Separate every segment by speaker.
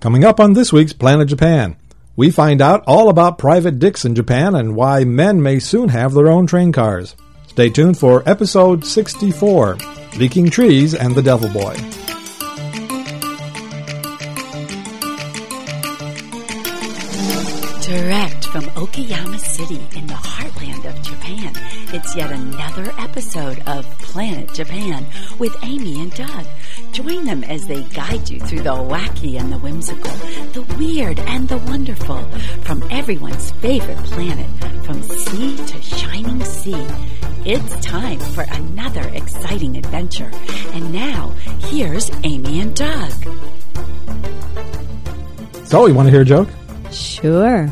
Speaker 1: Coming up on this week's Planet Japan, we find out all about private dicks in Japan and why men may soon have their own train cars. Stay tuned for episode 64 Leaking Trees and the Devil Boy.
Speaker 2: Direct from Okayama City in the heartland of Japan, it's yet another episode of Planet Japan with Amy and Doug. Join them as they guide you through the wacky and the whimsical, the weird and the wonderful, from everyone's favorite planet, from sea to shining sea. It's time for another exciting adventure. And now, here's Amy and Doug.
Speaker 1: So, you want to hear a joke?
Speaker 3: Sure.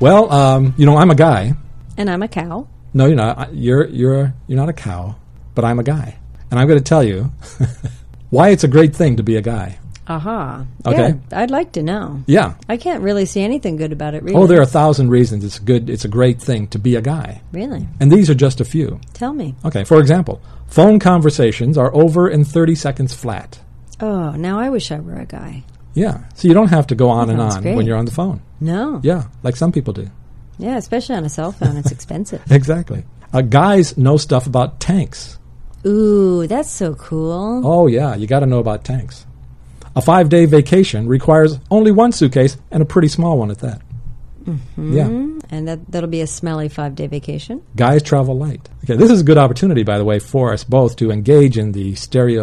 Speaker 1: Well, um, you know, I'm a guy.
Speaker 3: And I'm a cow.
Speaker 1: No, you're not. I- You're you're you're not a cow, but I'm a guy, and I'm going to tell you why it's a great thing to be a guy.
Speaker 3: Aha.
Speaker 1: Okay.
Speaker 3: Yeah, I'd like to know.
Speaker 1: Yeah.
Speaker 3: I can't really see anything good about it, really.
Speaker 1: Oh, there are a thousand reasons it's good. It's a great thing to be a guy,
Speaker 3: Really?
Speaker 1: and these are just a few.
Speaker 3: Tell me.
Speaker 1: Okay. For example, phone conversations are over in 30 seconds flat.
Speaker 3: Oh, now I wish I were a guy.
Speaker 1: Yeah. So you don't have to go on and
Speaker 3: sounds
Speaker 1: on
Speaker 3: great.
Speaker 1: when you're on the phone.
Speaker 3: No.
Speaker 1: Yeah, like some people do.
Speaker 3: Yeah, especially on a cell phone. It's expensive.
Speaker 1: Exactly. Uh, guys know stuff about tanks.
Speaker 3: Ooh, that's so cool.
Speaker 1: Oh, yeah, you got to know about tanks. A five day vacation requires only one suitcase and a pretty small one at that.
Speaker 3: Mm-hmm.
Speaker 1: Yeah.
Speaker 3: And that, that'll be a smelly five day vacation.
Speaker 1: Guys travel light. Okay, this is a good opportunity, by the way, for us both to engage in the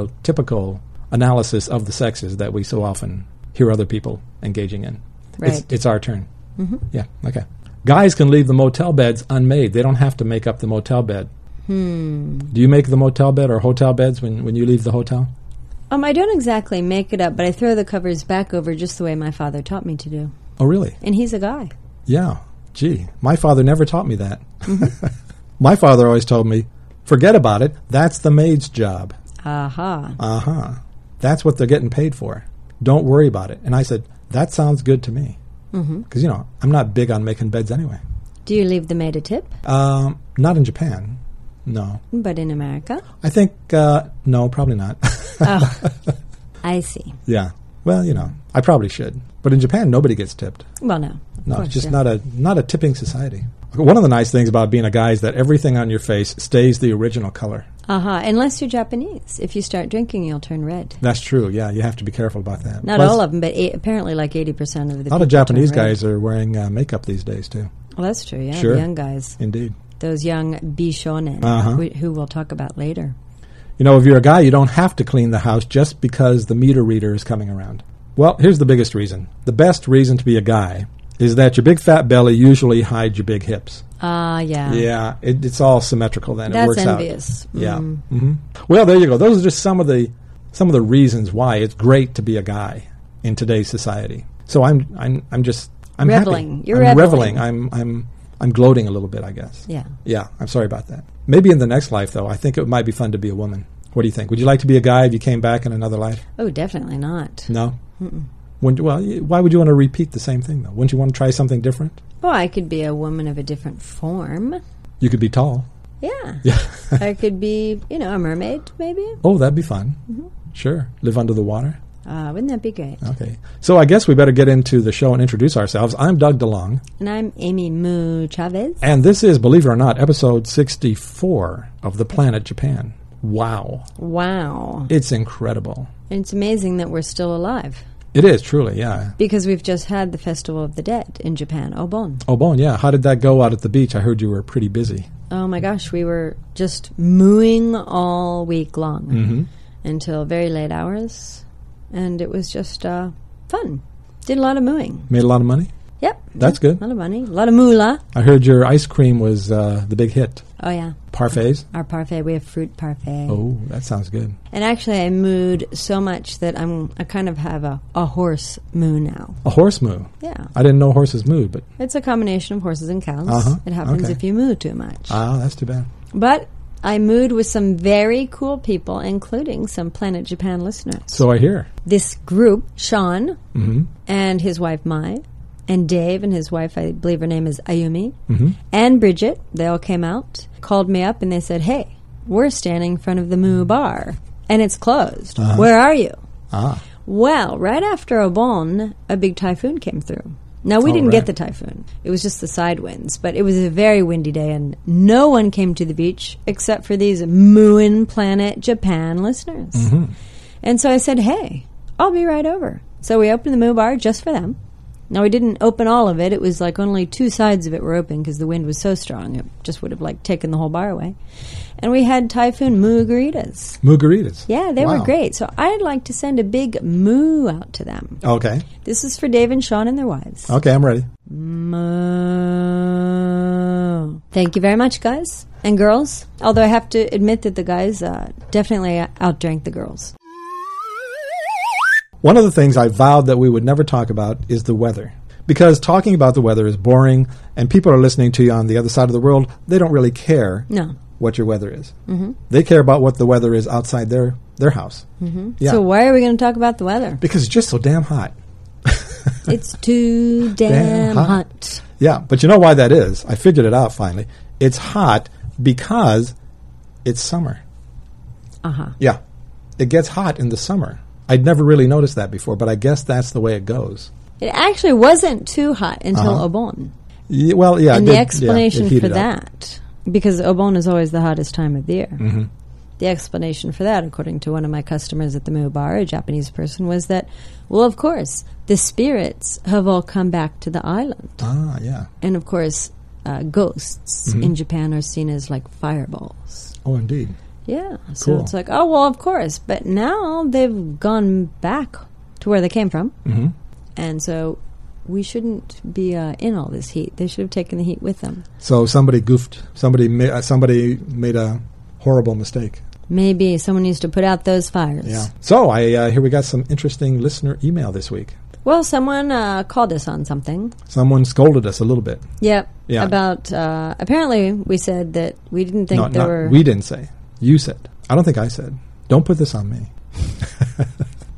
Speaker 1: stereotypical analysis of the sexes that we so often hear other people engaging in. It's,
Speaker 3: Right.
Speaker 1: it's our turn. Yeah, okay. Guys can leave the motel beds unmade, they don't have to make up the motel bed. Do you make the motel bed or hotel beds when, when you leave the hotel?
Speaker 3: Um, I don't exactly make it up, but I throw the covers back over just the way my father taught me to do.
Speaker 1: Oh, really?
Speaker 3: And he's a guy.
Speaker 1: Yeah. Gee, my father never taught me that. my father always told me, forget about it. That's the maid's job.
Speaker 3: Aha.
Speaker 1: Uh huh. That's what they're getting paid for. Don't worry about it. And I said, that sounds good to me. Because,
Speaker 3: Mm-hmm.
Speaker 1: you know, I'm not big on making beds anyway.
Speaker 3: Do you leave the maid a tip?
Speaker 1: Um, not in Japan. No.
Speaker 3: But in America?
Speaker 1: I think, uh, no, probably not.
Speaker 3: I see.
Speaker 1: yeah. Well, you know, I probably should. But in Japan, nobody gets tipped.
Speaker 3: Well, no. Of
Speaker 1: No,
Speaker 3: course,
Speaker 1: it's just
Speaker 3: yeah.
Speaker 1: not a not a tipping society. One of the nice things about being a guy is that everything on your face stays the original color.
Speaker 3: Uh-huh. Unless you're Japanese. If you start drinking, you'll turn red.
Speaker 1: That's true. Yeah, you have to be careful about that.
Speaker 3: Not
Speaker 1: Plus,
Speaker 3: all of them, but eight, apparently like 80% of the
Speaker 1: A lot of Japanese guys
Speaker 3: Are-
Speaker 1: are wearing uh, makeup these days too.
Speaker 3: well, that's true, yeah. the
Speaker 1: Sure.
Speaker 3: young guys.
Speaker 1: Indeed.
Speaker 3: Those young bishonen,
Speaker 1: Uh-huh.
Speaker 3: wh- who we'll talk about later.
Speaker 1: You know, if you're a guy, you don't have to clean the house just because the meter reader is coming around. Well, here's the biggest reason. The best reason to be a guy is that your big fat belly usually hides your big hips.
Speaker 3: Ah, yeah.
Speaker 1: Yeah, it, it's all symmetrical then. it
Speaker 3: That's
Speaker 1: works out.
Speaker 3: envious. Mm. Mm-hmm.
Speaker 1: Yeah. hmm Well, there you go. Those are just some of the some of the reasons why it's great to be a guy in today's society. So I'm I'm I'm just I'm happy.
Speaker 3: Reveling. You're
Speaker 1: I'm
Speaker 3: reveling.
Speaker 1: I'm I'm I'm gloating a little bit, I guess.
Speaker 3: Yeah.
Speaker 1: Yeah. I'm sorry about that. Maybe in the next life, though, I think it might be fun to be a woman. What do you think? Would you like to be a guy if you came back in another life?
Speaker 3: Oh, definitely not.
Speaker 1: No. Wouldn't- well, y- why would you want to repeat the same thing though? Wouldn't you want to try something different?
Speaker 3: Well, I could be a woman of a different form.
Speaker 1: You could be tall.
Speaker 3: Yeah.
Speaker 1: Yeah.
Speaker 3: I could be, you know, a mermaid, maybe.
Speaker 1: oh, that'd be fun. Sure. Live under the water.
Speaker 3: Uh, wouldn't that be great?
Speaker 1: Okay. So I guess we better get into the show and introduce ourselves. I'm Doug DeLong,
Speaker 3: And I'm Amy Moo Chavez.
Speaker 1: and this is, believe it or not, episode 64 of The Planet Japan. Wow.
Speaker 3: Wow.
Speaker 1: It's incredible.
Speaker 3: And it's amazing that we're still alive.
Speaker 1: It is, truly, yeah.
Speaker 3: Because we've just had the Festival of the Dead in Japan, Obon.
Speaker 1: Oh, Bon, yeah. How did that go out at the beach? I heard you were pretty busy.
Speaker 3: Oh my gosh, we were just mooing all week long
Speaker 1: Mm-hmm.
Speaker 3: until very late hours, and it was just uh, fun. Did a lot of mooing.
Speaker 1: Made a lot of money?
Speaker 3: Yep,
Speaker 1: That's
Speaker 3: a
Speaker 1: good.
Speaker 3: lot of money, a lot of moolah.
Speaker 1: I heard your ice cream was uh, the big hit.
Speaker 3: Oh yeah,
Speaker 1: Parfaits?
Speaker 3: our parfait. We have fruit parfait.
Speaker 1: Oh, that sounds good.
Speaker 3: And actually, I mooed so much that I'm I kind of have a, a horse moo now.
Speaker 1: A horse moo.
Speaker 3: Yeah,
Speaker 1: I didn't know horses moo, but
Speaker 3: it's a combination of horses and cows.
Speaker 1: Uh-huh.
Speaker 3: It happens
Speaker 1: Okay.
Speaker 3: if you moo too much.
Speaker 1: ah, that's too bad.
Speaker 3: But I mooed with some very cool people, including some Planet Japan listeners.
Speaker 1: So I hear.
Speaker 3: this group, Sean
Speaker 1: Mm-hmm.
Speaker 3: and his wife Mai, and Dave and his wife, I believe her name is Ayumi,
Speaker 1: Mm-hmm.
Speaker 3: and Bridget, they all came out, called me up, and they said, Hey, we're standing in front of the Moo Bar, and it's closed. Where are you?
Speaker 1: Uh-huh. Ah,
Speaker 3: Well, right after Obon, a big typhoon came through. Now, we
Speaker 1: Oh,
Speaker 3: didn't
Speaker 1: right.
Speaker 3: get the typhoon. It was just the side winds, but it was a very windy day, and no one came to the beach except for these Moon Planet Japan listeners.
Speaker 1: Mm-hmm.
Speaker 3: And so I said, hey, I'll be right over. So we opened the moo bar just for them. Now, we didn't open all of it. It was like only two sides of it were open because the wind was so strong. It just would have like taken the whole bar away. And we had Typhoon Mugaritas.
Speaker 1: Mugaritas.
Speaker 3: Yeah, they were
Speaker 1: Wow.
Speaker 3: great. So I'd like to send a big moo out to them.
Speaker 1: Okay.
Speaker 3: This is for Dave and Sean and their wives.
Speaker 1: Okay, I'm ready.
Speaker 3: Moo. Thank you very much, guys and girls. Although I have to admit that the guys uh, definitely outdrank the girls.
Speaker 1: One of the things I vowed that we would never talk about is the weather. Because talking about the weather is boring, and people are listening to you on the other side of the world. They don't really care
Speaker 3: No.
Speaker 1: what your weather is. Mm-hmm. They care about what the weather is outside their, their house. Mm-hmm. Yeah.
Speaker 3: So why are we going to talk about the weather?
Speaker 1: because it's just so damn hot.
Speaker 3: It's too
Speaker 1: Damn
Speaker 3: damn
Speaker 1: hot.
Speaker 3: hot.
Speaker 1: Yeah, but you know why that is? I figured it out finally. It's hot because it's summer.
Speaker 3: Uh huh.
Speaker 1: Yeah. It gets hot in the summer. I'd never really noticed that before, but I guess that's the way it goes.
Speaker 3: It actually wasn't too hot until Obon.
Speaker 1: Y- well, yeah. it Uh-huh. did-
Speaker 3: And the
Speaker 1: yeah, it
Speaker 3: explanation for
Speaker 1: heated up.
Speaker 3: that, because Obon is always the hottest time of the year.
Speaker 1: Mm-hmm.
Speaker 3: The explanation for that, according to one of my customers at the Moo Bar, a Japanese person, was that, well, of course, the spirits have all come back to the island.
Speaker 1: Ah, yeah.
Speaker 3: And of course, uh, ghosts
Speaker 1: Mm-hmm.
Speaker 3: in Japan are seen as like fireballs.
Speaker 1: Oh, indeed.
Speaker 3: Yeah. So
Speaker 1: Cool.
Speaker 3: it's like, oh, well, of course. But now they've gone back to where they came from. Mm-hmm. And so we shouldn't be uh, in all this heat. They should have taken the heat with them.
Speaker 1: So somebody goofed. Somebody ma- uh, somebody made a horrible mistake.
Speaker 3: Maybe someone needs to put out those fires.
Speaker 1: Yeah. So I uh, here we got some interesting listener email this week.
Speaker 3: Well, someone uh, called us on something.
Speaker 1: Someone scolded us a little bit.
Speaker 3: Yep.
Speaker 1: Yeah.
Speaker 3: About uh, apparently we said that we didn't think
Speaker 1: No,
Speaker 3: there
Speaker 1: not,
Speaker 3: were.
Speaker 1: we didn't say. You said. I don't think I said. Don't put this on me.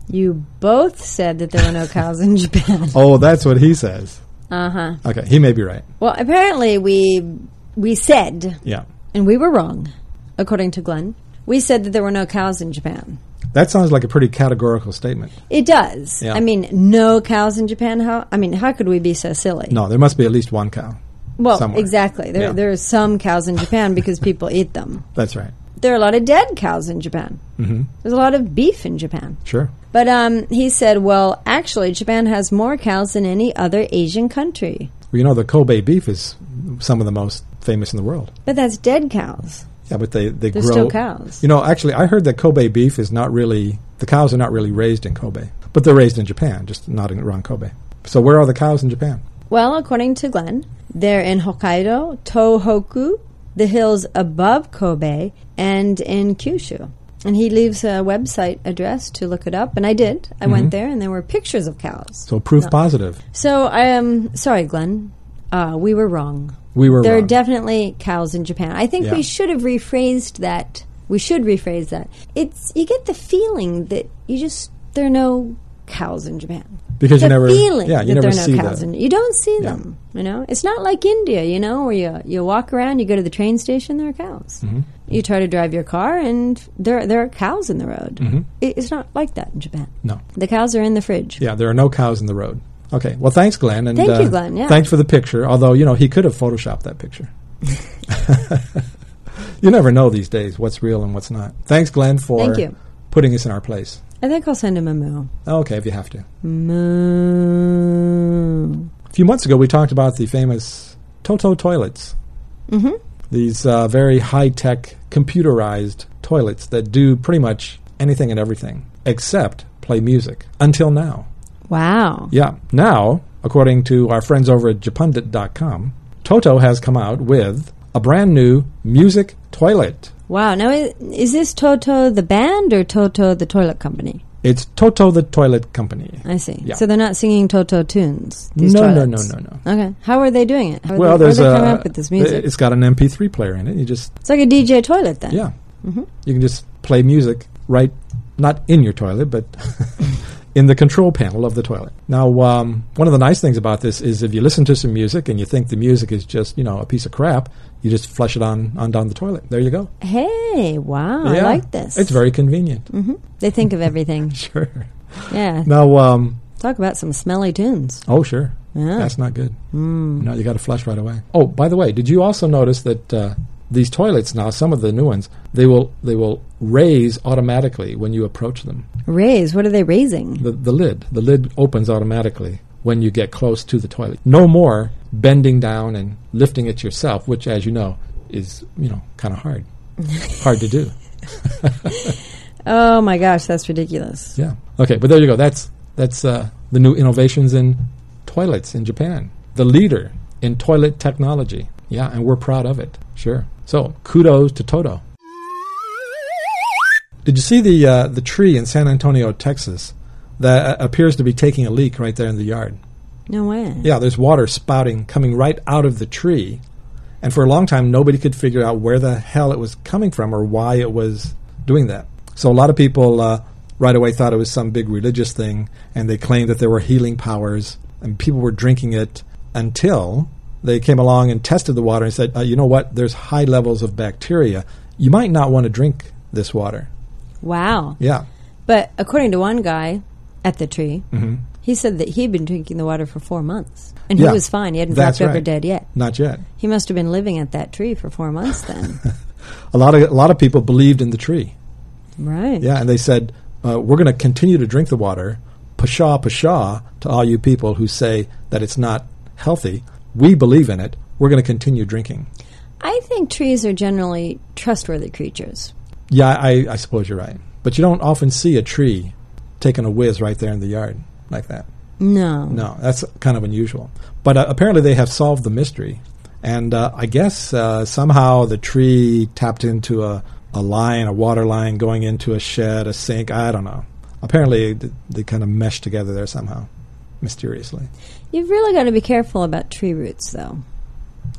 Speaker 3: you both said that there were no cows in Japan.
Speaker 1: Oh, that's what he says.
Speaker 3: Uh huh.
Speaker 1: Okay, he may be right.
Speaker 3: Well, apparently we we said,
Speaker 1: Yeah.
Speaker 3: and we were wrong, according to Glenn. We said that there were no cows in Japan.
Speaker 1: That sounds like a pretty categorical statement.
Speaker 3: It does.
Speaker 1: Yeah.
Speaker 3: I mean, no cows in Japan. How? I mean, how could we be so silly?
Speaker 1: No, there must be at least one cow.
Speaker 3: well,
Speaker 1: somewhere.
Speaker 3: exactly. There
Speaker 1: Yeah.
Speaker 3: there are some cows in Japan because people eat them.
Speaker 1: That's right.
Speaker 3: there are a lot of dead cows in Japan. Mm-hmm. There's a lot of beef in Japan.
Speaker 1: Sure.
Speaker 3: But um, he said, well, actually, Japan has more cows than any other Asian country.
Speaker 1: Well, you know, the Kobe beef is some of the most famous in the world.
Speaker 3: But that's dead cows.
Speaker 1: Yeah, but they, they
Speaker 3: They're
Speaker 1: grow.
Speaker 3: still cows.
Speaker 1: You know, actually, I heard that Kobe beef is not really, the cows are not really raised in Kobe, but they're raised in Japan, just not in, around Kobe. So where are the cows in Japan?
Speaker 3: Well, according to Glenn, they're in Hokkaido, Tohoku, the hills above Kobe, and in Kyushu. And he leaves a website address to look it up, and I did. I
Speaker 1: Mm-hmm.
Speaker 3: went there, and there were pictures of cows.
Speaker 1: So proof positive.
Speaker 3: So I am sorry, Glenn. Uh, we were wrong.
Speaker 1: We were
Speaker 3: There
Speaker 1: wrong.
Speaker 3: are definitely cows in Japan. I think
Speaker 1: Yeah.
Speaker 3: we should have rephrased that. We should rephrase that. It's you get the feeling that you just there are no cows in Japan.
Speaker 1: because
Speaker 3: The
Speaker 1: you never,
Speaker 3: feeling
Speaker 1: yeah, you
Speaker 3: that
Speaker 1: never
Speaker 3: there are
Speaker 1: see
Speaker 3: no cows
Speaker 1: the,
Speaker 3: in you don't see them. You know, it's not like India. You know, where you you walk around, you go to the train station, there are cows.
Speaker 1: Mm-hmm,
Speaker 3: You try to drive your car, and there there are cows in the road.
Speaker 1: mm-hmm.
Speaker 3: It, it's not like that in Japan.
Speaker 1: No.
Speaker 3: The cows are in the fridge.
Speaker 1: Yeah, there are no cows in the road. Okay. Well, thanks, Glenn. And,
Speaker 3: Thank you,
Speaker 1: uh,
Speaker 3: Glenn, yeah.
Speaker 1: Thanks for the picture. Although you know he could have photoshopped that picture. you never know these days what's real and what's not. Thanks, Glenn, for
Speaker 3: Thank you.
Speaker 1: putting us in our place.
Speaker 3: I think I'll send him a moo.
Speaker 1: Okay, if you have to.
Speaker 3: Moo.
Speaker 1: A few months ago, we talked about the famous Toto toilets. Mm-hmm. These uh, very high-tech, computerized toilets that do pretty much anything and everything except play music. Until now.
Speaker 3: Wow.
Speaker 1: Yeah. Now, according to our friends over at japundit.com, Toto has come out with a brand new music toilet.
Speaker 3: Wow. Now, i- is this Toto the band or Toto the toilet company?
Speaker 1: It's Toto the Toilet Company.
Speaker 3: I see.
Speaker 1: Yeah.
Speaker 3: So they're not singing Toto tunes. These
Speaker 1: No, no,
Speaker 3: toilets.
Speaker 1: no, no, no.
Speaker 3: Okay. How are they doing it? How are
Speaker 1: Well,
Speaker 3: they, how are
Speaker 1: there's
Speaker 3: they
Speaker 1: a.
Speaker 3: coming up with this music? Uh,
Speaker 1: It's got an MP3 player in it. You just
Speaker 3: It's like a DJ toilet then.
Speaker 1: yeah.
Speaker 3: mm-hmm.
Speaker 1: You can just play music right, not in your toilet, but in the control panel of the toilet. Now, um, one of the nice things about this is if you listen to some music and you think the music is just you know a piece of crap, you just flush it on on down the toilet. There you go.
Speaker 3: Hey, wow. I
Speaker 1: Yeah.
Speaker 3: like this.
Speaker 1: It's very convenient.
Speaker 3: They think of everything.
Speaker 1: Sure.
Speaker 3: Yeah.
Speaker 1: Now, um,
Speaker 3: Talk about some smelly tunes.
Speaker 1: oh, sure. That's not good. No, you got to flush right away. Oh, by the way, did you also notice that uh, these toilets now, some of the new ones, they will they will raise automatically when you approach them.
Speaker 3: Raise. What are they raising?
Speaker 1: The, the lid, the lid opens automatically when you get close to the toilet. No more bending down and lifting it yourself, which, as you know, is you know kind of hard, hard to do.
Speaker 3: Oh my gosh, that's ridiculous.
Speaker 1: Yeah. Okay, but there you go. That's that's uh, the new innovations in toilets in Japan. The leader in toilet technology. Yeah, and we're proud of it. Sure. So kudos to Toto. Did you see the uh, the tree in San Antonio, Texas, that uh, appears to be taking a leak right there in the yard?
Speaker 3: No way.
Speaker 1: Yeah, there's water spouting coming right out of the tree. And for a long time, nobody could figure out where the hell it was coming from or why it was doing that. So a lot of people uh, right away thought it was some big religious thing, and they claimed that there were healing powers, and people were drinking it until they came along and tested the water and said, uh, you know what, there's high levels of bacteria. You might not want to drink this water.
Speaker 3: Wow.
Speaker 1: Yeah.
Speaker 3: But according to one guy at the tree, he said that he'd been drinking the water for four months and
Speaker 1: Mm-hmm. Yeah.
Speaker 3: he was fine. He hadn't
Speaker 1: That's
Speaker 3: dropped over
Speaker 1: right.
Speaker 3: dead yet.
Speaker 1: Not yet.
Speaker 3: He must have been living at that tree for four months then.
Speaker 1: A lot of a lot of people believed in the tree.
Speaker 3: right.
Speaker 1: Yeah, and they said, uh, we're going to continue to drink the water. Pshaw, pshaw to all you people who say that it's not healthy. We believe in it. We're going to continue drinking.
Speaker 3: I think trees are generally trustworthy creatures.
Speaker 1: Yeah, I, I suppose you're right. But you don't often see a tree taking a whiz right there in the yard like that.
Speaker 3: No.
Speaker 1: No, that's kind of unusual. But uh, apparently they have solved the mystery. And uh, I guess uh, somehow the tree tapped into a, a line, a water line going into a shed, a sink. I don't know. Apparently th- they kind of meshed together there somehow, mysteriously.
Speaker 3: You've really got to be careful about tree roots, though.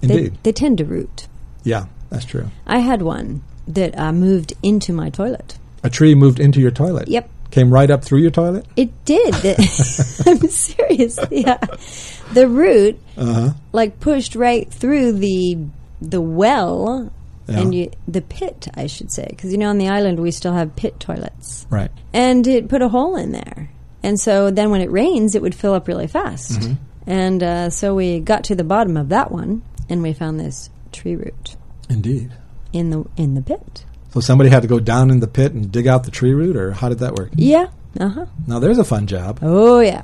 Speaker 3: They,
Speaker 1: Indeed.
Speaker 3: they tend to root.
Speaker 1: yeah, that's true.
Speaker 3: I had one that uh, moved into my toilet.
Speaker 1: A tree moved into your toilet.
Speaker 3: Yep.
Speaker 1: Came right up through your toilet?
Speaker 3: It did. The- I'm serious. Yeah. The root like pushed right through the the well
Speaker 1: Yeah.
Speaker 3: and you, the pit, I should say, because you know on the island we still have pit toilets,
Speaker 1: Right.
Speaker 3: and it put a hole in there. And so then when it rains, it would fill up really fast.
Speaker 1: Mm-hmm.
Speaker 3: And uh, so we got to the bottom of that one, and we found this tree root
Speaker 1: Indeed.
Speaker 3: in the in the pit.
Speaker 1: So somebody had to go down in the pit and dig out the tree root, or how did that work?
Speaker 3: Yeah. Uh huh.
Speaker 1: Now there's a fun job.
Speaker 3: Oh yeah.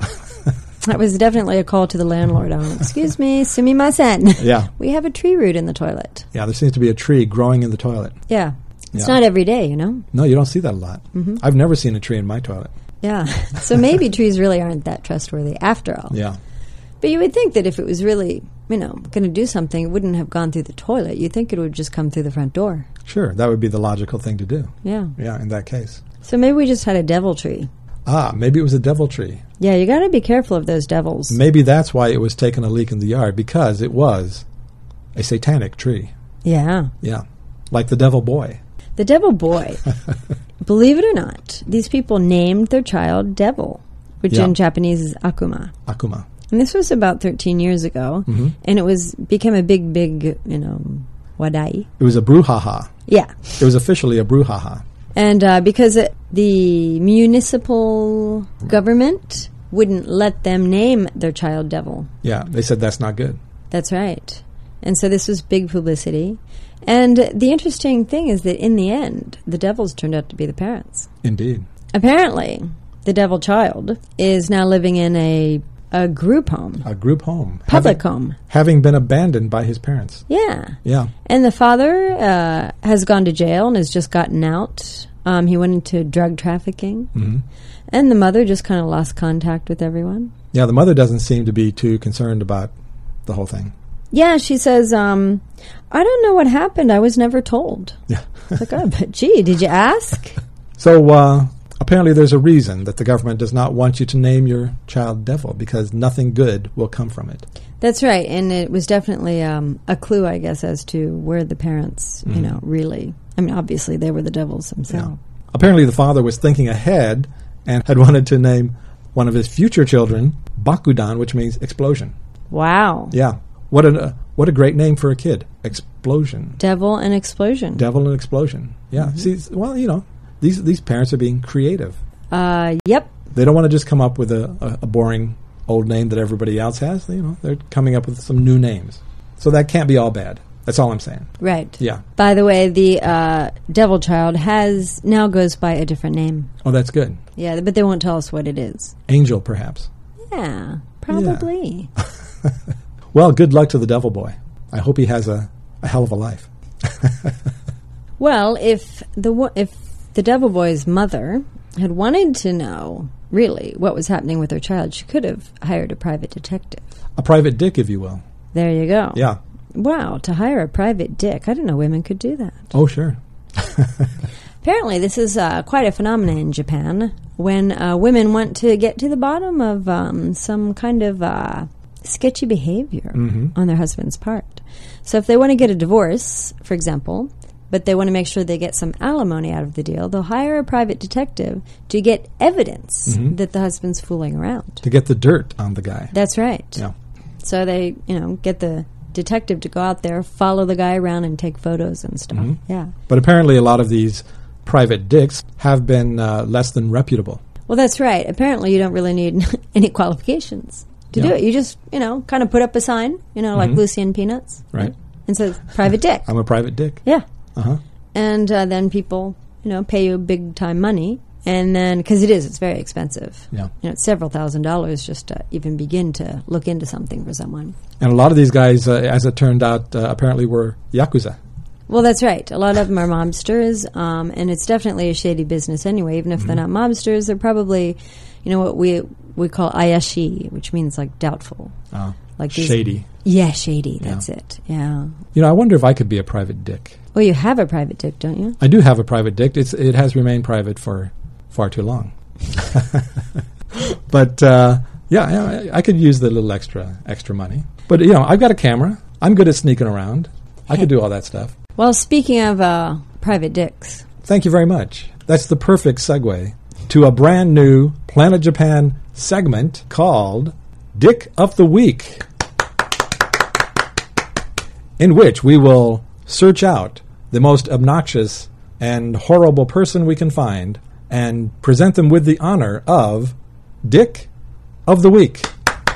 Speaker 3: that was definitely a call to the landlord on excuse me, sumimasen.
Speaker 1: Yeah.
Speaker 3: We have a tree root in the toilet.
Speaker 1: Yeah, there seems to be a tree growing in the toilet.
Speaker 3: Yeah. It's
Speaker 1: Yeah.
Speaker 3: not every day, you know?
Speaker 1: No, you don't see that a lot. I've never seen a tree in my toilet.
Speaker 3: Yeah. so maybe trees really aren't that trustworthy after all.
Speaker 1: Yeah.
Speaker 3: But you would think that if it was really, you know, going to do something, it wouldn't have gone through the toilet. You'd think it would just come through the front door.
Speaker 1: Sure, that would be the logical thing to do.
Speaker 3: Yeah.
Speaker 1: Yeah, in that case.
Speaker 3: So maybe we just had a devil tree.
Speaker 1: Ah, maybe it was a devil tree.
Speaker 3: Yeah, you got to be careful of those devils.
Speaker 1: Maybe that's why it was taking a leak in the yard because it was a satanic tree.
Speaker 3: yeah.
Speaker 1: Yeah. Like the devil boy.
Speaker 3: The devil boy. Believe it or not, these people named their child Devil, which
Speaker 1: Yeah.
Speaker 3: in Japanese is Akuma.
Speaker 1: Akuma.
Speaker 3: And this was about 13 years ago, and it was became a big, big, you know, wadai.
Speaker 1: It was a brouhaha.
Speaker 3: Yeah,
Speaker 1: It was officially a brouhaha.
Speaker 3: and uh, because it, the municipal government wouldn't let them name their child devil.
Speaker 1: Yeah, they said that's not good.
Speaker 3: That's right. And so this was big publicity. And the interesting thing is that in the end, the devils turned out to be the parents.
Speaker 1: Indeed.
Speaker 3: Apparently, the devil child is now living in a a group home,
Speaker 1: A group home.
Speaker 3: public
Speaker 1: having,
Speaker 3: home.
Speaker 1: Having been abandoned by his parents.
Speaker 3: Yeah.
Speaker 1: Yeah.
Speaker 3: And the father uh, has gone to jail and has just gotten out. Um, he went into drug trafficking. mm And the mother just kind of lost contact with everyone.
Speaker 1: Yeah, the mother doesn't seem to be too concerned about the whole thing.
Speaker 3: Yeah, she says, um, I don't know what happened. I was never told.
Speaker 1: Yeah.
Speaker 3: It's like, oh, but gee, did you ask?
Speaker 1: So uh, apparently, there's a reason that the government does not want you to name your child devil because nothing good will come from it.
Speaker 3: That's right. And it was definitely um, a clue, I guess, as to where the parents, you know, really. I mean, obviously, they were the devils themselves.
Speaker 1: Apparently, the father was thinking ahead and had wanted to name one of his future children Bakudan, which means explosion.
Speaker 3: Wow.
Speaker 1: Yeah, what a what a great name for a kid! Explosion,
Speaker 3: Devil and explosion.
Speaker 1: devil, and explosion. Yeah. See, well, you know, these these parents are being creative.
Speaker 3: uh, yep.
Speaker 1: They don't want to just come up with a, a, a boring old name that everybody else has. You know, they're coming up with some new names. So that can't be all bad. That's all I'm saying.
Speaker 3: Right.
Speaker 1: Yeah.
Speaker 3: By the way, the uh, Devil Child has now goes by a different name.
Speaker 1: Oh, that's good.
Speaker 3: Yeah, but they won't tell us what it is.
Speaker 1: Angel, perhaps.
Speaker 3: Yeah, probably.
Speaker 1: Well, good luck to the devil boy. I hope he has a, a hell of a life.
Speaker 3: Well, if the wo- if the Devil Boy's mother had wanted to know really what was happening with her child, she could have hired a private detective.
Speaker 1: A private dick, if you will.
Speaker 3: There you go.
Speaker 1: Yeah.
Speaker 3: Wow, to hire a private dick. I didn't know women could do that.
Speaker 1: Oh, sure.
Speaker 3: Apparently, this is uh, quite a phenomenon in Japan when uh, women want to get to the bottom of um, some kind of uh, sketchy behavior on their husband's part. So, if they want to get a divorce, for example, but they want to make sure they get some alimony out of the deal, they'll hire a private detective to get evidence that the husband's fooling around.
Speaker 1: To get the dirt on the guy.
Speaker 3: That's right.
Speaker 1: Yeah.
Speaker 3: So they, you know, get the detective to go out there, follow the guy around, and take photos and stuff. Yeah.
Speaker 1: But apparently, a lot of these private dicks have been uh, less than reputable.
Speaker 3: Well, that's right. Apparently, you don't really need any qualifications to do
Speaker 1: Yeah.
Speaker 3: it. You just, you know, kind of put up a sign, you know, like Lucy and Peanuts,
Speaker 1: Right.
Speaker 3: And says private dick.
Speaker 1: I'm a private dick.
Speaker 3: yeah.
Speaker 1: Uh huh.
Speaker 3: And uh, then people, you know, pay you big time money. And then, because it is, it's very expensive.
Speaker 1: Yeah.
Speaker 3: You know, it's several thousand dollars just to even begin to look into something for someone.
Speaker 1: And a lot of these guys, uh, as it turned out, uh, apparently were yakuza.
Speaker 3: Well, that's right. A lot of them are mobsters, um, and it's definitely a shady business anyway. Even if they're not mobsters, they're probably, you know, what we we call ayashi, which means like doubtful,
Speaker 1: Uh,
Speaker 3: like these-
Speaker 1: shady.
Speaker 3: Yeah, shady. That's it. Yeah.
Speaker 1: You know, I wonder if I could be a private dick.
Speaker 3: Well, you have a private dick, don't you?
Speaker 1: I do have a private dick. It's, it has remained private for far too long. but uh, yeah, yeah, I, I could use the little extra extra money. But you know, I've got a camera. I'm good at sneaking around. I could do all that stuff.
Speaker 3: Well, speaking of uh, private dicks,
Speaker 1: Thank you very much. That's the perfect segue to a brand new Planet Japan segment called Dick of the Week, in which we will search out the most obnoxious and horrible person we can find and present them with the honor of Dick of the Week.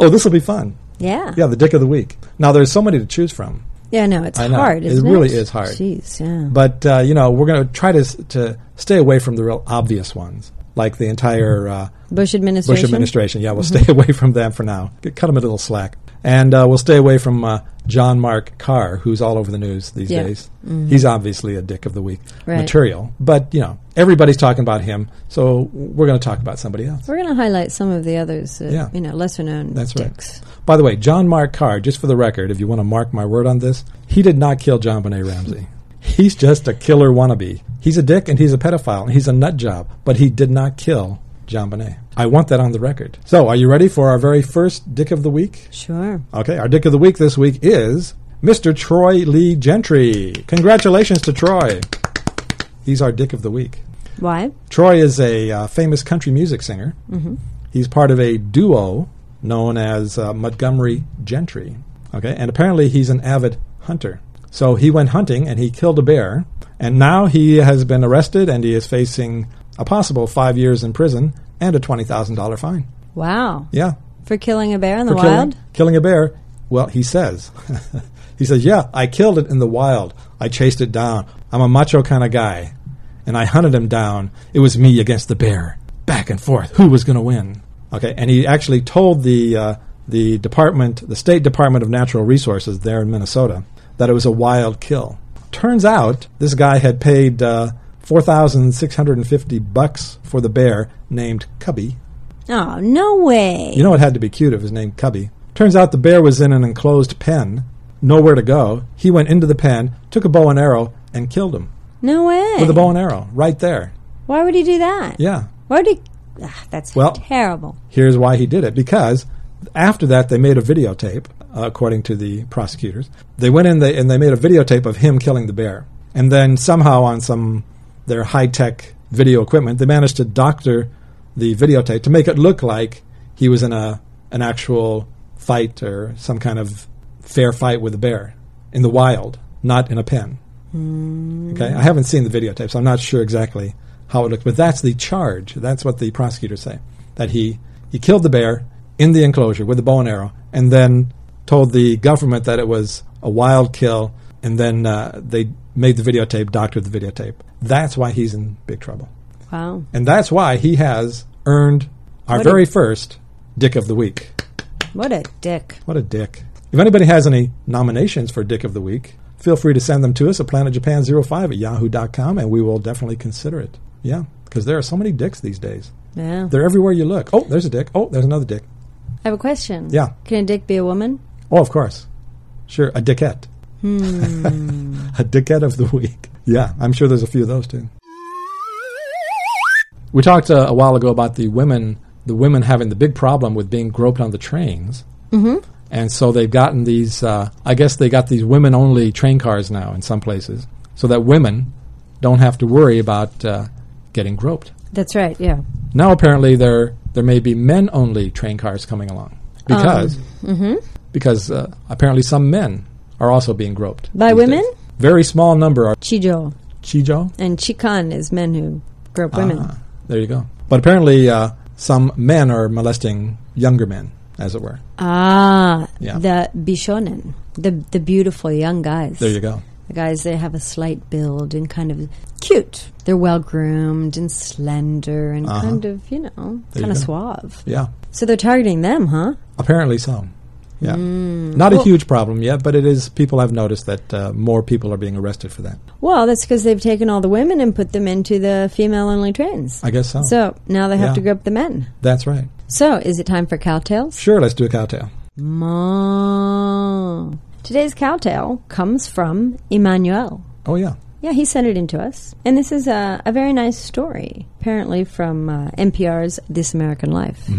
Speaker 1: oh, this will be fun.
Speaker 3: yeah,
Speaker 1: Yeah, the Dick of the Week. Now, there's so many to choose from.
Speaker 3: yeah. No, it's
Speaker 1: know.
Speaker 3: hard.
Speaker 1: It
Speaker 3: Isn't it
Speaker 1: really is hard.
Speaker 3: Jeez, yeah.
Speaker 1: But uh, you know, we're going to try to s- to stay away from the real obvious ones, like the entire uh,
Speaker 3: Bush administration. Mm-hmm.
Speaker 1: Bush administration. Yeah, we'll stay away from them for now. G- Cut them a little slack, and uh, we'll stay away from uh, John Mark Carr, who's all over the news these
Speaker 3: Yeah. Mm-hmm.
Speaker 1: days. He's obviously a dick of the week
Speaker 3: Right.
Speaker 1: material, but you know, everybody's talking about him, so we're going to talk about somebody else.
Speaker 3: We're going to highlight some of the others, uh,
Speaker 1: Yeah.
Speaker 3: you know, lesser known
Speaker 1: That's right.
Speaker 3: dicks.
Speaker 1: By the way, John Mark Carr, just for the record, if you want to mark my word on this, he did not kill John Bonet Ramsey. He's just a killer wannabe. He's a dick and he's a pedophile and he's a nut job, but he did not kill John Bonet. I want that on the record. So, are you ready for our very first dick of the week?
Speaker 3: Sure.
Speaker 1: Okay, our dick of the week this week is Mr. Troy Lee Gentry. Congratulations to Troy. He's our dick of the week.
Speaker 3: Why?
Speaker 1: Troy is a uh, famous country music singer. Mm-hmm. He's part of a duo known as uh, Montgomery Gentry. Okay, and apparently he's an avid hunter. So he went hunting and he killed a bear, and now he has been arrested and he is facing a possible five years in prison and a twenty thousand dollar fine.
Speaker 3: Wow.
Speaker 1: Yeah,
Speaker 3: For killing a bear in the
Speaker 1: for
Speaker 3: wild?
Speaker 1: Killing, killing a bear. Well, he says, he says, yeah, I killed it in the wild. I chased it down. I'm a macho kind of guy, and I hunted him down. It was me against the bear, back and forth. Who was going to win? Okay, and he actually told the uh, the department, the state department of natural resources there in Minnesota, that it was a wild kill. Turns out this guy had paid uh, four thousand six hundred and fifty bucks for the bear named Cubby.
Speaker 3: Oh, no way.
Speaker 1: You know it had to be cute if his name Cubby. Turns out the bear was in an enclosed pen, nowhere to go. He went into the pen, took a bow and arrow, and killed him
Speaker 3: No way.
Speaker 1: with a bow and arrow right there.
Speaker 3: Why would he do that?
Speaker 1: Yeah.
Speaker 3: Why would he? Ah, that's
Speaker 1: Well-
Speaker 3: terrible.
Speaker 1: Here's why he did it because after that they made a videotape, uh, according to the prosecutors. They went in they, and they made a videotape of him killing the bear, and then somehow on some their high tech video equipment they managed to doctor the videotape to make it look like he was in a an actual fight or some kind of fair fight with a bear in the wild, not in a pen. Okay, I haven't seen the videotape, so I'm not sure exactly how it looks. But that's the charge. That's what the prosecutors say. That he, he killed the bear in the enclosure with a bow and arrow and then told the government that it was a wild kill. And then uh, they made the videotape, doctored the videotape. That's why he's in big trouble.
Speaker 3: Wow.
Speaker 1: And that's why he has earned our
Speaker 3: What a-
Speaker 1: very first Dick of the Week.
Speaker 3: What a dick.
Speaker 1: What a dick. If anybody has any nominations for Dick of the Week, feel free to send them to us at planetjapan05 at yahoo.com and we will definitely consider it. Yeah, because there are so many dicks these days.
Speaker 3: Yeah.
Speaker 1: They're everywhere you look. Oh, there's a dick. Oh, there's another dick.
Speaker 3: I have a question.
Speaker 1: Yeah.
Speaker 3: Can a dick be a woman?
Speaker 1: Oh, of course. Sure, a dickette. a dickette of the week. Yeah, I'm sure there's a few of those too. We talked uh, a while ago about the women, the women having the big problem with being groped on the trains. Mm-hmm. And so they've gotten these. Uh, I guess they got these women-only train cars now in some places, so that women don't have to worry about uh, getting groped.
Speaker 3: That's right. Yeah.
Speaker 1: Now apparently there there may be men only train cars coming along because
Speaker 3: Um, mm-hmm.
Speaker 1: because uh, apparently some men are also being groped
Speaker 3: By
Speaker 1: these
Speaker 3: women?
Speaker 1: days. Very small number are
Speaker 3: Chijo
Speaker 1: chijo.
Speaker 3: and Chikan is men who grope women.
Speaker 1: Ah, there you go. But apparently uh, some men are molesting younger men, as it were.
Speaker 3: Ah,
Speaker 1: Yeah.
Speaker 3: the Bishonen, the the beautiful young guys.
Speaker 1: There you go.
Speaker 3: The guys they have a slight build and kind of cute. They're well groomed and slender and kind of you know
Speaker 1: Uh-huh. you
Speaker 3: kind of
Speaker 1: go.
Speaker 3: suave.
Speaker 1: Yeah.
Speaker 3: So they're targeting them, huh?
Speaker 1: Apparently so. Yeah.
Speaker 3: Mm.
Speaker 1: Not a huge problem yet, but it is. People have noticed that uh, more people are being arrested for that.
Speaker 3: Well, that's because they've taken all the women and put them into the female-only trains.
Speaker 1: I guess so.
Speaker 3: So now they have
Speaker 1: Yeah.
Speaker 3: to grope the men.
Speaker 1: That's right.
Speaker 3: So is it time for cowtails?
Speaker 1: Sure, let's do a cowtail.
Speaker 3: Ma. Today's cowtail comes from Emmanuel.
Speaker 1: Oh, yeah.
Speaker 3: Yeah, he sent it in to us. And this is a, a very nice story, apparently from uh, NPR's This American Life.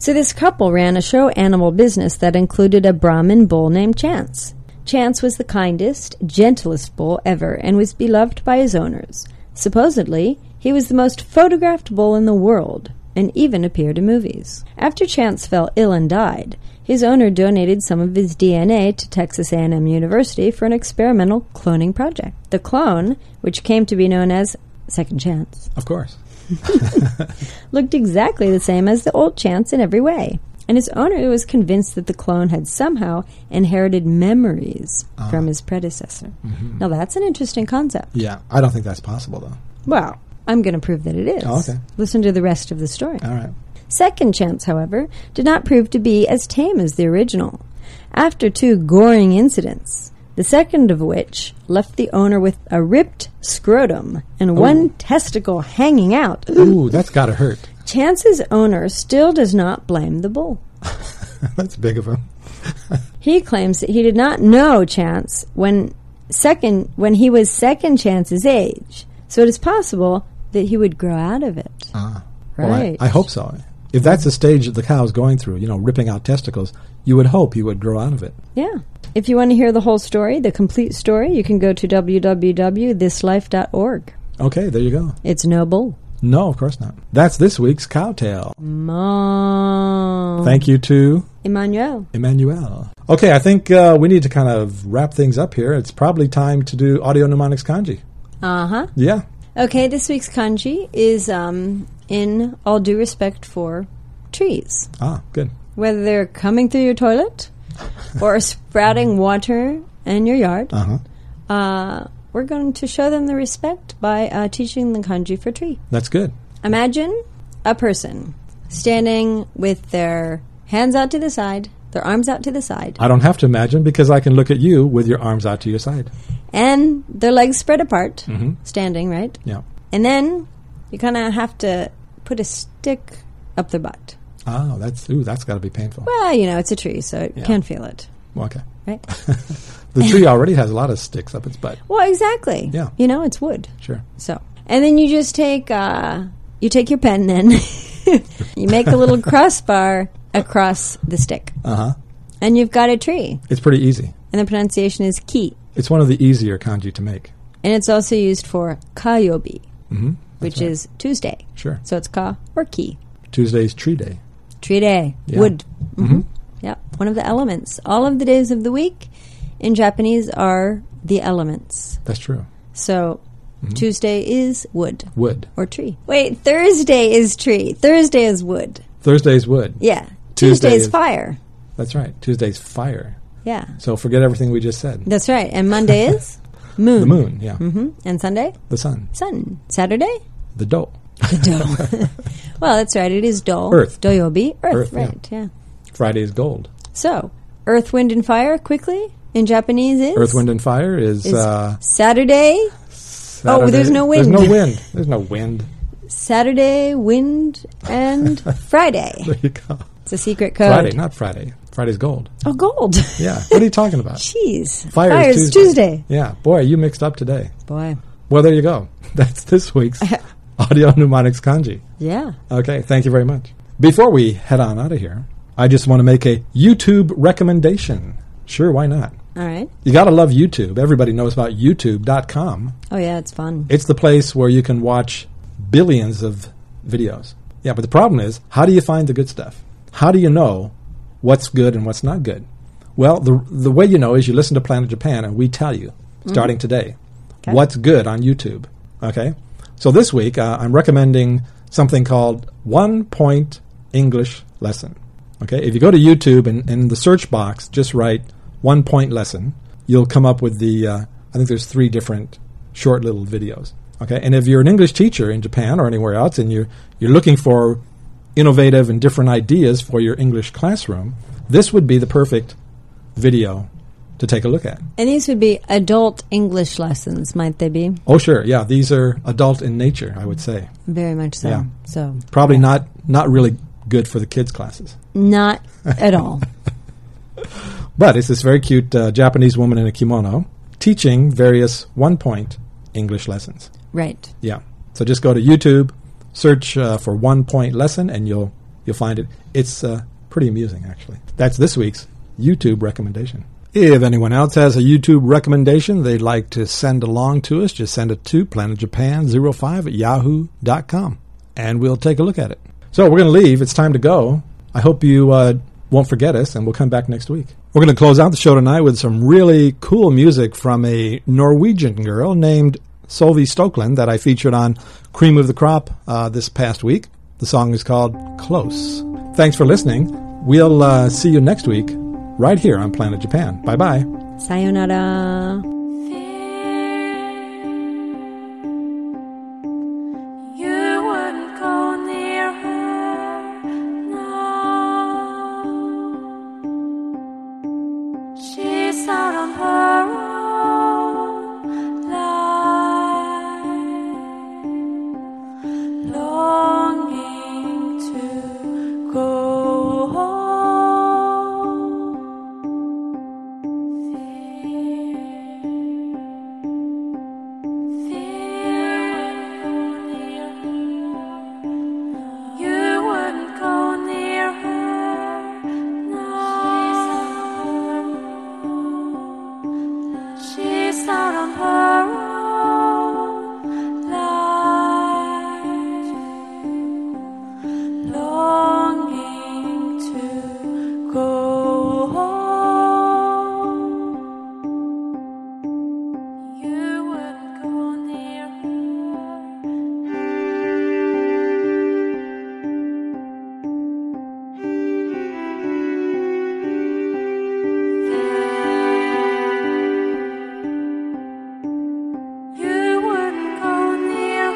Speaker 3: So, this couple ran a show animal business that included a Brahmin bull named Chance. Chance was the kindest, gentlest bull ever and was beloved by his owners. Supposedly, he was the most photographed bull in the world and even appeared in movies. After Chance fell ill and died, his owner donated some of his DNA to Texas A&M University for an experimental cloning project. The clone, which came to be known as Second Chance,
Speaker 1: Of course.
Speaker 3: looked exactly the same as the old Chance in every way, and his owner was convinced that the clone had somehow inherited memories
Speaker 1: Ah.
Speaker 3: from his predecessor.
Speaker 1: Mm-hmm.
Speaker 3: Now that's an interesting concept.
Speaker 1: Yeah. I don't think that's possible, though.
Speaker 3: Well, I'm going to prove that it is.
Speaker 1: Oh, okay. Ah.
Speaker 3: Listen to the rest of the story.
Speaker 1: All right.
Speaker 3: Second Chance, however, did not prove to be as tame as the original. After two goring incidents, the second of which left the owner with a ripped scrotum and
Speaker 1: Oh.
Speaker 3: one testicle hanging out.
Speaker 1: Ooh, that's got to hurt.
Speaker 3: Chance's owner still does not blame the bull.
Speaker 1: That's big of him.
Speaker 3: He claims that he did not know Chance when second when he was second Chance's age, so it is possible that he would grow out of it.
Speaker 1: Ah. Well, I-
Speaker 3: right.
Speaker 1: I, hope so. If that's the stage that the cow's going through, you know, ripping out testicles, you would hope you would grow out of it.
Speaker 3: Yeah. If you want to hear the whole story, the complete story, you can go to www.thislife.org.
Speaker 1: Okay, there you go.
Speaker 3: It's no bull.
Speaker 1: No, of course not. That's this week's cowtail.
Speaker 3: Mm. Mom.
Speaker 1: Thank you to
Speaker 3: Emmanuel.
Speaker 1: Emmanuel. Okay, I think uh, we need to kind of wrap things up here. It's probably time to do audio mnemonics kanji.
Speaker 3: Uh huh.
Speaker 1: Yeah.
Speaker 3: Okay, this week's kanji is um, in all due respect for trees.
Speaker 1: Ah, good.
Speaker 3: whether they're coming through your toilet or sprouting water in your yard,
Speaker 1: Uh huh.
Speaker 3: uh, we're going to show them the respect by uh, teaching the kanji for tree.
Speaker 1: That's good.
Speaker 3: Imagine a person standing with their hands out to the side, their arms out to the side,
Speaker 1: I don't have to imagine because I can look at you with your arms out to your side.
Speaker 3: and their legs spread apart,
Speaker 1: Mm-hmm.
Speaker 3: standing, right?
Speaker 1: Yeah.
Speaker 3: And then you kind of have to put a stick up their butt.
Speaker 1: Oh, that's ooh, that's got to be painful.
Speaker 3: Well, you know, it's a tree, so it can feel it,
Speaker 1: Okay.
Speaker 3: right?
Speaker 1: The tree already has a lot of sticks up its butt.
Speaker 3: well, exactly.
Speaker 1: Yeah.
Speaker 3: You know, it's wood.
Speaker 1: Sure.
Speaker 3: So, and then you just take uh, you take your pen then you make a little crossbar across the stick,
Speaker 1: Uh huh.
Speaker 3: and you've got a tree.
Speaker 1: It's pretty easy.
Speaker 3: And the pronunciation is ki,
Speaker 1: It's one of the easier kanji to make.
Speaker 3: and it's also used for kayobi, which is Tuesday.
Speaker 1: Sure.
Speaker 3: So it's ka or ki.
Speaker 1: Tuesday's tree day.
Speaker 3: Tree day,
Speaker 1: Yeah.
Speaker 3: wood. hmm Yep, one of the elements. All of the days of the week in Japanese are the elements.
Speaker 1: That's true.
Speaker 3: So Tuesday is wood
Speaker 1: Wood.
Speaker 3: or tree. Wait, Thursday is tree. Thursday is wood.
Speaker 1: Thursday's wood.
Speaker 3: Yeah.
Speaker 1: Tuesday
Speaker 3: Tuesday
Speaker 1: is-
Speaker 3: is fire.
Speaker 1: That's right. Tuesday's fire.
Speaker 3: Yeah.
Speaker 1: So forget everything we just said.
Speaker 3: That's right. And Monday is moon.
Speaker 1: The moon, yeah.
Speaker 3: hmm And Sunday,
Speaker 1: The sun.
Speaker 3: sun. Saturday,
Speaker 1: The dough.
Speaker 3: do. well, that's right. It is do.
Speaker 1: Earth.
Speaker 3: Doyobi. Earth,
Speaker 1: Earth, yeah.
Speaker 3: right. Yeah.
Speaker 1: Friday's gold.
Speaker 3: So, earth, wind, and fire quickly in Japanese is?
Speaker 1: Earth, wind, and fire is,
Speaker 3: Is
Speaker 1: uh,
Speaker 3: Saturday,
Speaker 1: Saturday.
Speaker 3: there's no
Speaker 1: There's
Speaker 3: wind.
Speaker 1: no wind. There's no wind.
Speaker 3: Saturday, wind, and Friday.
Speaker 1: There you go.
Speaker 3: It's a secret code.
Speaker 1: Friday, not Friday. Friday's gold.
Speaker 3: Oh, gold.
Speaker 1: Yeah. What are you talking about?
Speaker 3: Jeez.
Speaker 1: Fire is
Speaker 3: Fire's
Speaker 1: Tuesday. Yeah. Boy, you mixed up today.
Speaker 3: Boy.
Speaker 1: Well, there you go. That's this week's Audio Mnemonics Kanji.
Speaker 3: Yeah.
Speaker 1: Okay, thank you very much. Before we head on out of here, I just want to make a YouTube recommendation. Sure, why not?
Speaker 3: All right.
Speaker 1: You got to love YouTube. Everybody knows about youtube.com.
Speaker 3: Oh, yeah, it's fun.
Speaker 1: It's the place where you can watch billions of videos. Yeah, but the problem is, how do you find the good stuff? How do you know what's good and what's not good? Well, the the way you know is you listen to Planet Japan and we tell you starting today
Speaker 3: Okay.
Speaker 1: what's good on YouTube, okay? So this week uh, I'm recommending something called 1 point English lesson. Okay? If you go to YouTube and, and in the search box just write 1 point lesson, you'll come up with the uh, I think there's three different short little videos. Okay, and if you're an English teacher in Japan or anywhere else, and you're you're looking for innovative and different ideas for your English classroom, this would be the perfect video to take a look at.
Speaker 3: And these would be adult English lessons, might they be?
Speaker 1: Oh, sure, yeah, these are adult in nature, I would say.
Speaker 3: Very much so.
Speaker 1: Yeah.
Speaker 3: So,
Speaker 1: Probably not not really good for the kids classes,
Speaker 3: not at all.
Speaker 1: but it's this very cute uh, Japanese woman in a kimono teaching various one-point English lessons.
Speaker 3: right.
Speaker 1: Yeah. So just go to YouTube, search uh, for one point lesson, and you'll you'll find it. It's uh, pretty amusing, actually. That's this week's YouTube recommendation. If anyone else has a YouTube recommendation they'd like to send along to us, just send it to planetjapan05 at yahoo.com, and we'll take a look at it. So we're going to leave. It's time to go. I hope you uh, won't forget us, and we'll come back next week. We're going to close out the show tonight with some really cool music from a Norwegian girl named Solvi Stokeland that I featured on Cream of the Crop uh, this past week. The song is called Close. Thanks for listening. We'll uh, see you next week right here on Planet Japan. Bye bye.
Speaker 3: Sayonara.
Speaker 4: You wouldn't go near her, no. She's out on her own life, longing to go home. You wouldn't go near her, no. She's out on her own life, longing to go home. You wouldn't go near her. You wouldn't go near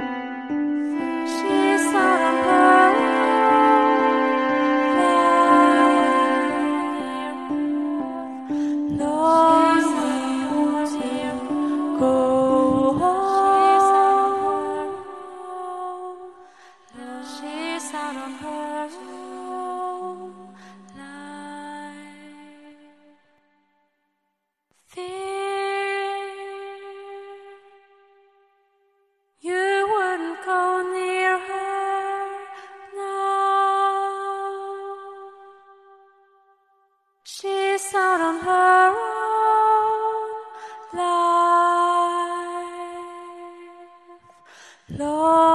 Speaker 4: her. She's out on her own life, longing to go home. She's out on her own life. Fear. You wouldn't go near her, no. She's out on her own life. Lord.